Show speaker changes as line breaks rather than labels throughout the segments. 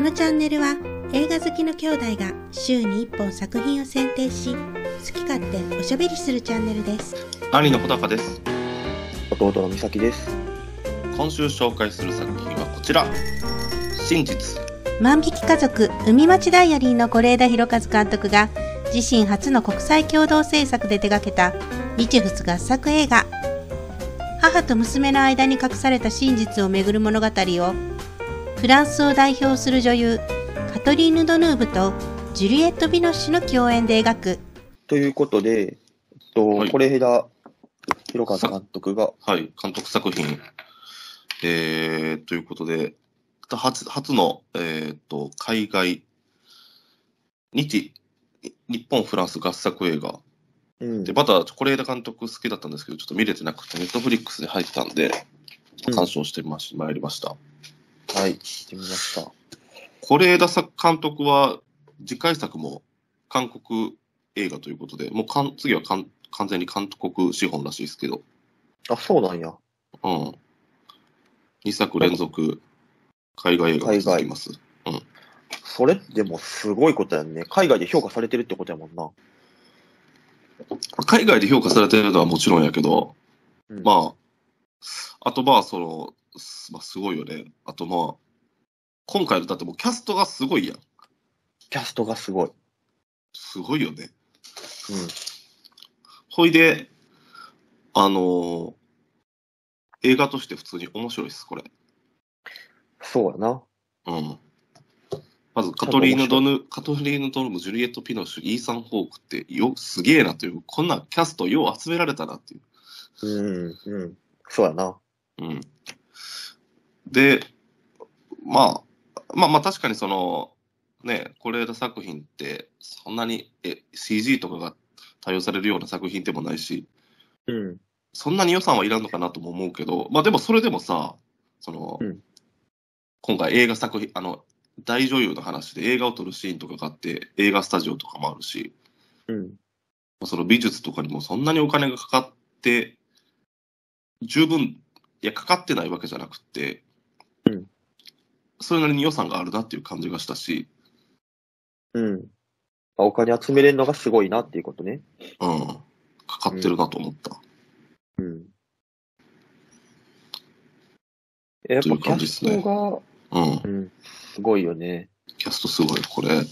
のチャンネルは映画好きの兄弟が週に1本作品を選定し好き勝手おしゃべりするチャンネルです
兄の穂高です
弟の美咲です。
今週紹介する作品はこちら真実
万引き家族海町ダイアリーの是枝裕和監督が自身初の国際共同制作で手掛けた日仏合作映画母と娘の間に隠された真実をめぐる物語をフランスを代表する女優カトリーヌ・ドヌーブとジュリエット・ビノッシュの共演で描く
ということで、えっと、
はい
是枝裕和監督が、
はい監督作品えー、ということで初初の、えー、と海外日日本フランス合作映画
うん
でまた是枝監督好きだったんですけどちょっと見れてなくてネットフリックスに入ってたんで
うん
鑑賞してまし、参りました
はい、してみました。
是枝さ監督は次回作も韓国映画ということでもうかん次はかん完全に韓国資本らしいですけど
あ、そうなんや。
うん。2作連続、海外映画が続きます。
それでもすごいことやんね。海外で評価されてるってことやもんな。
海外で評価されてるのはもちろんやけど、
うん
まあ、あとまあ、その、すまあ、すごいよね。あとまあ、今回のだってもうキャストがすごいやん。
キャストがすごい。
すごいよね。
うん。
ほいで、あのー映画として普通に面白いです、これ。
そうやな。
うん。まず、カトリーヌ・ドヌ、カトリーヌ・ドヌム、ジュリエット・ピノッシュ、イーサン・ホークって、よ、すげえなという、こんなキャストよう集められたなっていう。
うん、うん。そうやな。
うん。で、まあ、まあまあ確かにその、ね、是枝作品って、そんなにえ CG とかが対応されるような作品でもないし、
うん。
そんなに予算はいらんのかなとも思うけど、まあでもそれでもさ、その、
うん
今回映画作品、あの、大女優の話で映画を撮るシーンとかがあって、映画スタジオとかもあるし、
うん。
その美術とかにもそんなにお金がかかって、十分、いや、かかってないわけじゃなくて、
うん
それなりに予算があるなっていう感じがしたし、
うん。まあお金集めれるのがすごいなっていうことね。
うん、かかってるなと思った。
うん。えやっ
とい
ぱ
う
キ
感
ャ
じっす
ス
ね
ト
うん、
が、うん、すごいよね。
キャストすごい、これ。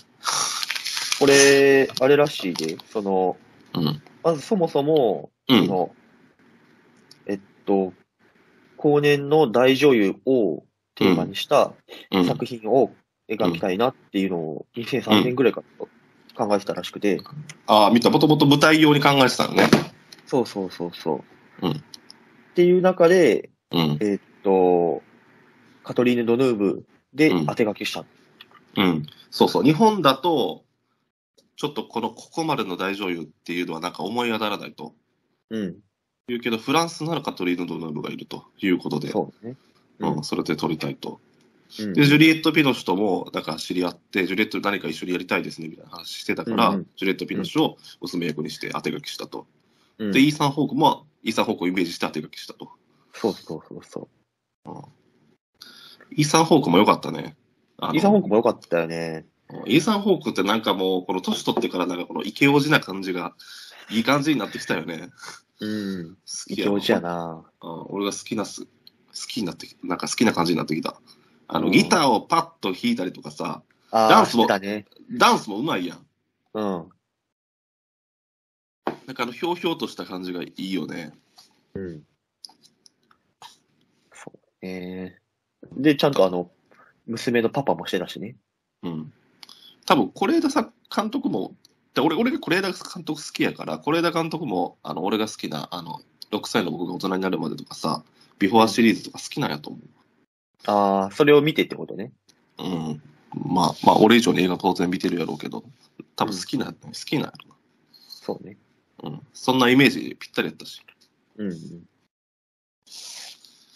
これ、あれらしいで、その、
うん、
まずそもそも、
う
そ
ん、
の、えっと、後年の大女優をテーマにした
うん、
作品を描きたいなっていうのを2003年ぐらいから考えてたらしくて、
ああ、見た、もともと舞台用に考えてたのね。
そうそうそうそう。
うん
っていう中で、
うん、
えっと、カトリーヌ・ドヌーブで
うん
当て書きした。
うん、そうそう、日本だと、ちょっとこのここまでの大女優っていうのはなんか思い当たらないと。
うん、
言うけど、フランスならカトリーヌ・ドナルドがいるということで、
そうね。
うん
うん
それで撮りたいと。
うん
で、ジュリエット・ピノシュとも、なんか知り合って、ジュリエット何か一緒にやりたいですね、みたいな話してたから、
うんうん
ジュリエット・ピノシュを娘役にして当て書きしたと。
うん
で、イーサン・ホークも、イーサン・ホークをイメージして当て書きしたと。
そうそうそうそ
イーサン・ホークも良かったね。あ
う。
の
イーサン・ホークも良かったよね。
イーサン・ホークってなんかもう、この年取ってからなんかこのイケオジな感じが、いい感じになってきたよね。
うん。
好
イ
き
ケ
やわ
オジやな。
うん俺が好きなす、好きになってき、なんか好きな感じになってきた。あの、
うん
ギターをパッと弾いたりとかさ、
あー
ダンスも
してたね。
ダンスもうまいやん。
うん。
なんかあの、ひょうひょうとした感じがいいよね。
うん。そうね。で、ちゃんとあの、娘のパパもしてたしね。
うん。多分、是枝さん監督も、で俺俺が是枝監督好きやから、是枝監督も、あの、俺が好きな、あの、6歳の僕が大人になるまでとかさ、ビフォアシリーズとか好きなんやと思
ああ、それを見てってことね。
う。うん。まあ、まあ、俺以上に映画当然見てるやろうけど、多分好きなんや、好きなんやろ
そうね。
な。うん。そんなイメージぴったりやったし。
うん、うん。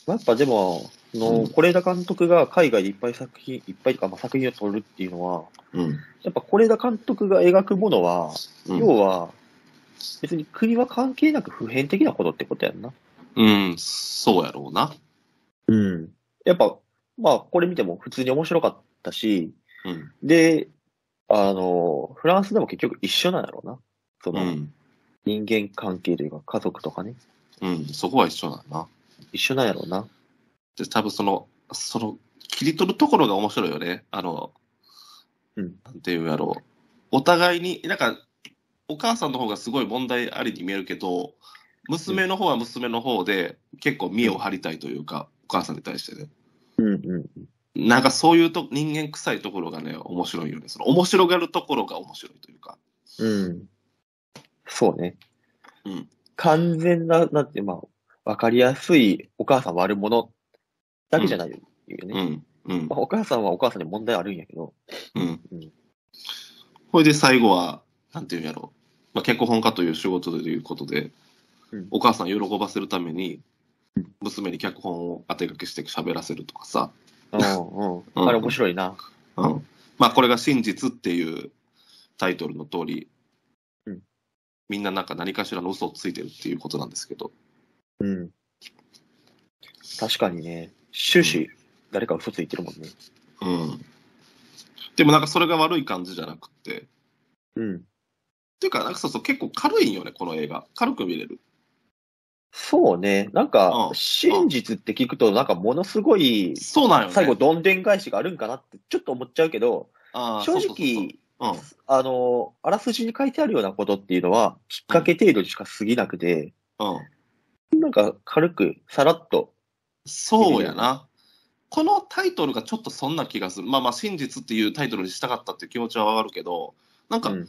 やっぱでも、そうの、
ん
是枝監督が海外でいっぱい作品、いっぱいとか、まあ、作品を撮るっていうのは、
うん。
やっぱ是枝監督が描くものは、
うん
要は、別に国は関係なく普遍的なことってことやんな。
うん、そうやろうな。
うん。やっぱ、まあ、これ見ても普通に面白かったし、
うん。
で、あの、フランスでも結局一緒なんやろうな。そうの、
ん。
人間関係というか家族とかね、
うん。そこは一緒だな。
一緒なんやろうな。
で、多分その、その、切り取るところが面白いよね。あの、
うん
なんていうんやろう。お互いに、なんか、お母さんの方がすごい問題ありに見えるけど、娘の方は娘の方で、結構見栄を張りたいというか、お母さんに対してね。
うんうん。
なんかそういうと人間臭いところがね、面白いよね。その面白がるところが面白いというか。
うん。そうね。
うん
完全な、なんて、まあ、わかりやすいお母さん悪者だけじゃないよね。
うん。うん
ま。あ、お母さんはお母さんで問題あるんやけど、
うん
うん。
ほいで最後は、なんていうんやろう。まあ、脚本家という仕事ということで、
うん
お母さんを喜ばせるために
うん、
娘に脚本を当て書けして喋らせるとかさ、
うんう
うん
ん。あれ面白いな。
うん。まあ、これが真実っていうタイトルの通り、
うん
みんななんか何かしらの嘘をついてるっていうことなんですけど、
うん。確かにね、終始、誰か嘘ついてるもんね。
うん。でもなんかそれが悪い感じじゃなくて、っ
うん。
ていうか、なんかそうそう、結構軽いんよね、この映画。軽く見れる。
そうね、なんか
う、ん
真実って聞くと、なんかものすごい、
そうなんよね。
最後、どんでん返しがあるんかなって、ちょっと思っちゃうけど、
あー
正、
そうそうそう
直、
そううん。
あの、あらすじに書いてあるようなことっていうのは、きっかけ程度にしか過ぎなくて、
うん。
なんか軽く、さらっと、
そうやな。このタイトルがちょっとそんな気がする。まあまあ、真実っていうタイトルにしたかったっていう気持ちはわかるけど、なんか、
うん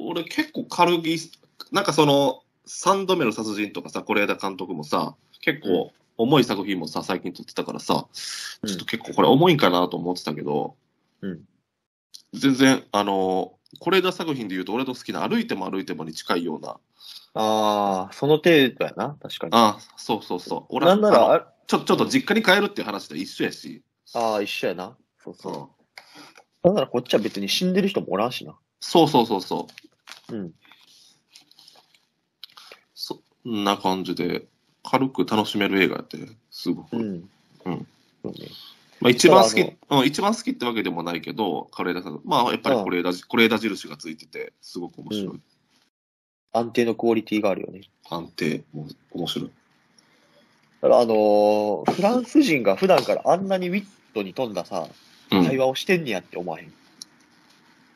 俺結構軽い、なんかその、3度目の殺人とかさ、是枝監督もさ、結構重い作品もさ、最近撮ってたからさ、ちょっと結構これ重いんかなと思ってたけど、
うん
全然、あの、是枝作品で言うと俺の好きな歩いても歩いてもに近いような、
ああ、その程度やな、確かに。
ああ、そうそうそう。俺
なんな
あの
ら、あ
ちょ、ちょっと実家に帰るっていう話と一緒やし、
あー、一緒やな。そう
う
そ
ん
う。なんならこっちは別に死んでる人もおらんしな。
そうそうそうそう。
うん。
そんな感じで、軽く楽しめる映画やって、すごく。
うん。
うん。
そうね。
まあ、一番好き
だか、
うん、一番好きってわけでもないけど、是枝さん、まあ、やっぱり
うん
是枝じ是枝印がついてて、すごく面白い。
う安定のクオリティがあるよね。
安定、もう面白い。
だからあのーフランス人が普段からあんなにウィットに富んださ、
うん。例
会
え
話をしてんねやって思わへん。ウ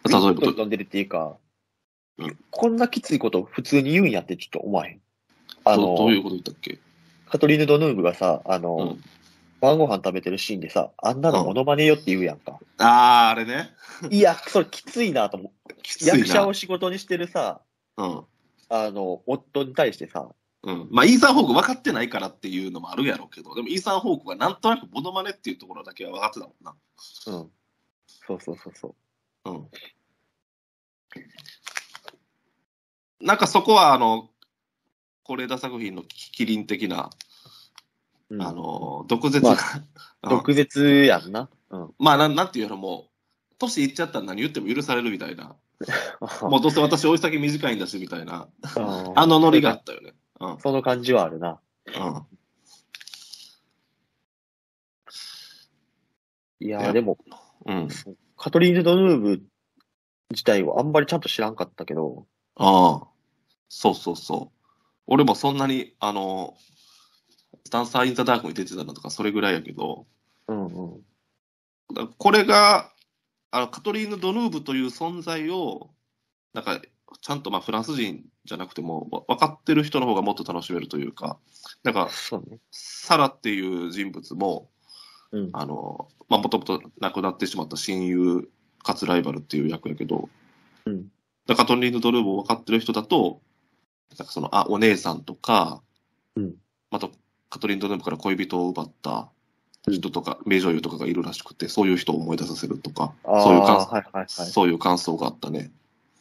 ば
ィ
ど
ットに
う、
富んでるっていうか、
うん
こんなきついことを普通に言うんやってちょっと思わへん。あのー
どういうこと言ったっけ
カトリーヌ・ドヌーブがさ、あのー
うん。
晩ご飯食べてるシーンでさ、あんなのモノマネよって言うやん か。
ああ、あれね。
いや、それきついなと思う。
きついな。
役者を仕事にしてるさ、
うん。
あの、夫に対してさ、
うん、まあ、イーサン・ホーク分かってないからっていうのもあるやろうけど、でもイーサン・ホークがなんとなくモノマネっていうところだけは分かってたもんな。
うん。そうそうそうそう。
うん。なんかそこは、あの、是枝作品の麒麟的な、
うん、
あ、の、毒舌な、
ま
うん
毒舌やんな。うん。
まあ、なんなんていうのもう、年いっちゃったら何言っても許されるみたいな、もうどうせ私、追い先短いんだしみたいな、あ
あ
のノリがあ。ったよね。うん、うん。
その感じはあるな。いや
いや
ー、でも、
うん。
カトリーヌ・ドヌーブ自体はあんまりちゃんと知らんかったけど、
ああ、そうそうそう。俺もそんなに、あの、ダンサー・イン・ザ・ダークに出てたのとか、それぐらいやけど、
うんうん。
だこれが、あの、カトリーヌ・ドヌーブという存在を、なんか、ちゃんとまあフランス人じゃなくても、わ分かってる人の方がもっと楽しめるというか、なんか、
そうね。
サラっていう人物も、
うん。
あの、まあ、もともと亡くなってしまった親友、かつライバルっていう役やけど、
うん。
だからカトリーヌ・ドルーブを分かってる人だと、なんかその、あ、お姉さんとか、
うん
あと、カトリーヌ・ドルーブから恋人を奪った人とか、名女優とかがいるらしくて、そういう人を思い出させるとか、
ああ、
そういう感想、
はいはいはい。
そういう感想があったね。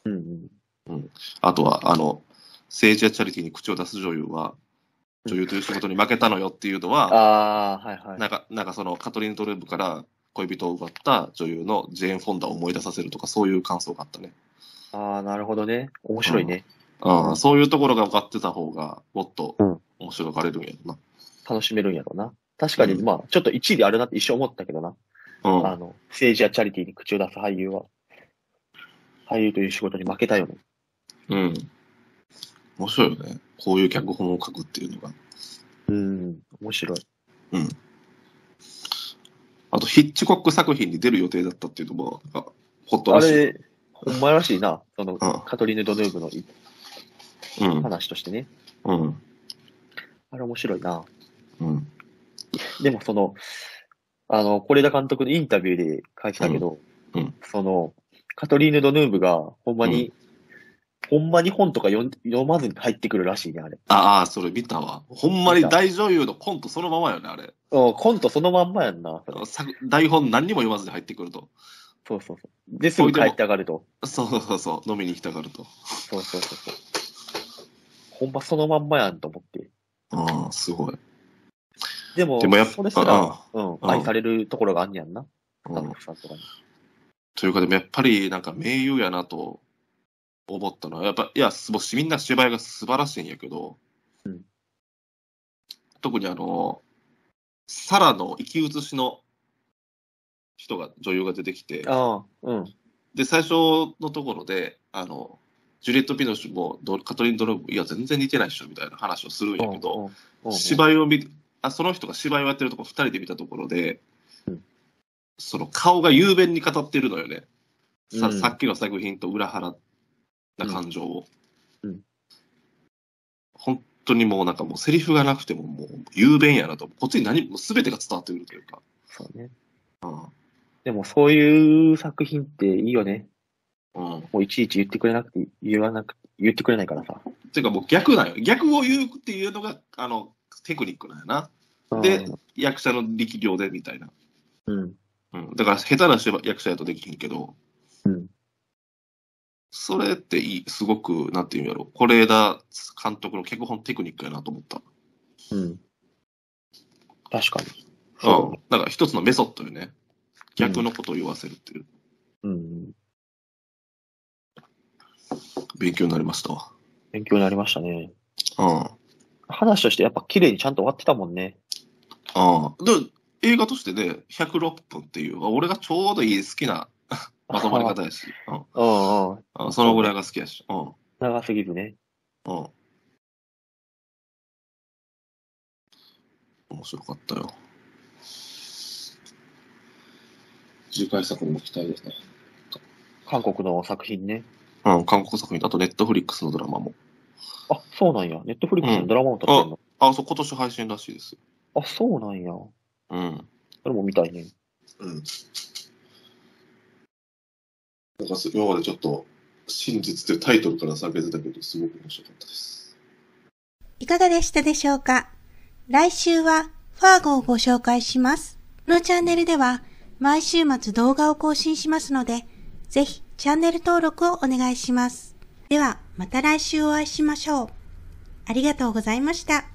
うんうん。
あとは、あの、政治やチャリティーに口を出す女優は、
うん
女優という仕事に負けたのよっていうのは、
ああ、はいはい。
なんか、なんかその、カトリーヌ・ドルーブから恋人を奪った女優のジェーン・フォンダを思い出させるとか、そういう感想があったね。
ああ、なるほどね。面白いね。
うん、そういうところが分かってた方が、もっと
うん
面白がれるんやろな。
楽しめるんやろうな。確かに、
うん
まあ、ちょっと1位であるなって一瞬思ったけどな。
うん。
あの、政治やチャリティーに口を出す俳優は、俳優という仕事に負けたよね。
うん。面白いよね。こういう脚本を書くっていうのが。
うん、面白い。
あと、ヒッチコック作品に出る予定だったっていうのも、なんかホット
あ
らしい。
れ、お前らしいな、その、
うん
カトリーヌ・ドヌーブの
うん。
話としてね。
うん。
あれ面白いな。
うん。
でもその、あの、是枝監督のインタビューで書いてたけど、
うんうん
その、カトリーヌ・ドヌーブが、ほんまに、ほんまに本とか読ん読まずに入ってくるらしいね、あれ。
ああ、それ見たわ。ほんまに大女優のコントそのままよね、あれ。
うん、コントそのまんまやんな、それ
作台本何にも言わずに入ってくると。
そうそうそう。で、すぐ帰って上がると。
そうそうそう、飲みに行きたがると。
そうそうそうそう。ほんまそのまんまやんと思って。
ああ、すごい。
でも、
でもやっぱ
それすら、うん、愛されるところがあんねやんな、ス
う
タッ
ん。
フさんとかに。
というか、でもやっぱり、なんか名優やなと思ったのは、やっぱ、いや、すもうみんな芝居が素晴らしいんやけど、
うん
特にあの、サラの生き写しの人が、女優が出てきて、
ああ、うん。
で、最初のところで、あの、ジュリエット・ピノシュもドカトリン・ドロブもいや、全然似てないっしょみたいな話をするんやけど、
うん、
芝居を見あその人が芝居をやってるとこ2人で見たところで、
うん
その顔が雄弁に語ってるのよね、さ
うん
さっきの作品と裏腹な感情を、
うんうん
本当にもうなんかもうセリフがなくてももう雄弁やなとこっちに何も全てが伝わってくるというか、
そうね。
うん
でも、そういう作品っていいよね。
うん、
もういちいち言ってくれなくて、言わなく言ってくれないからさ。
ていうかもう逆なんよ逆を言うっていうのがあのテクニックなんやなで役者の力量でみたいな
うん、
うん、だから下手な芝役者やとできへんけど、
うん
それっていいすごくなんていうんやろ是枝監督の脚本テクニックやなと思った、
うん。確かに。
うん、だから一つのメソッドよね逆のことを言わせるっていう、
うん。
勉強になりましたわ
勉強になりましたね。
うん
話としてやっぱ綺麗にちゃんと終わってたもんね。
うんで映画としてね106分っていう俺がちょうどいい好きな まとまり方やし、うん
うんうん。
うん、そのぐらいが好きやしうん
長すぎずね。
うん面白かったよ。次回作にも期待ですね。
韓国の作品ね。
うん、韓国作品、あとネットフリックスのドラマも。
あ、そうなんや。ネットフリックスのドラマも撮ってんの。
あ、そう、今年配信らしいです。
あ、そうなんや。そ
うん。
れも見たいね。
うん。なんかす、今までちょっと、真実というタイトルから避けてたけど、すごく面白かったです。
いかがでしたでしょうか来週はファーゴをご紹介します。このチャンネルでは毎週末動画を更新しますので、ぜひチャンネル登録をお願いします。ではまた来週お会いしましょう。ありがとうございました。